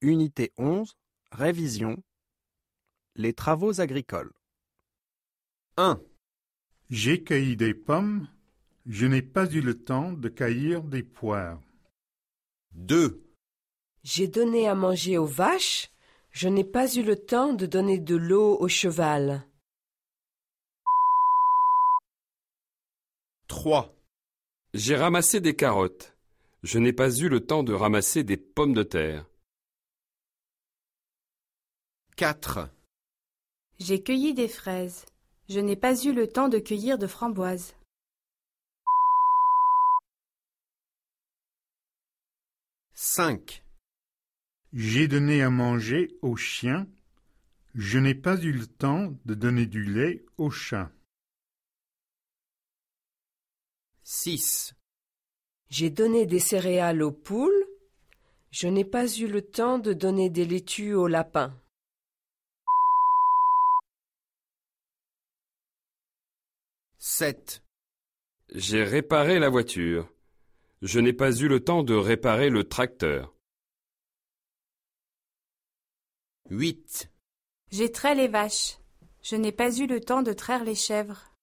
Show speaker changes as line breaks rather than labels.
Unité onze Révision Les travaux agricoles
1,
J'ai cueilli des pommes, je n'ai pas eu le temps de cueillir des poires.
2,
J'ai donné à manger aux vaches, je n'ai pas eu le temps de donner de l'eau au cheval.
3,
J'ai ramassé des carottes. Je n'ai pas eu le temps de ramasser des pommes de terre.
4,
J'ai cueilli des fraises. Je n'ai pas eu le temps de cueillir de framboises.
5,
J'ai donné à manger aux chiens, je n'ai pas eu le temps de donner du lait aux chats.
6,
J'ai donné des céréales aux poules, je n'ai pas eu le temps de donner des laitues aux lapins.
7,
J'ai réparé la voiture. Je n'ai pas eu le temps de réparer le tracteur.
8,
J'ai trait les vaches. Je n'ai pas eu le temps de traire les chèvres.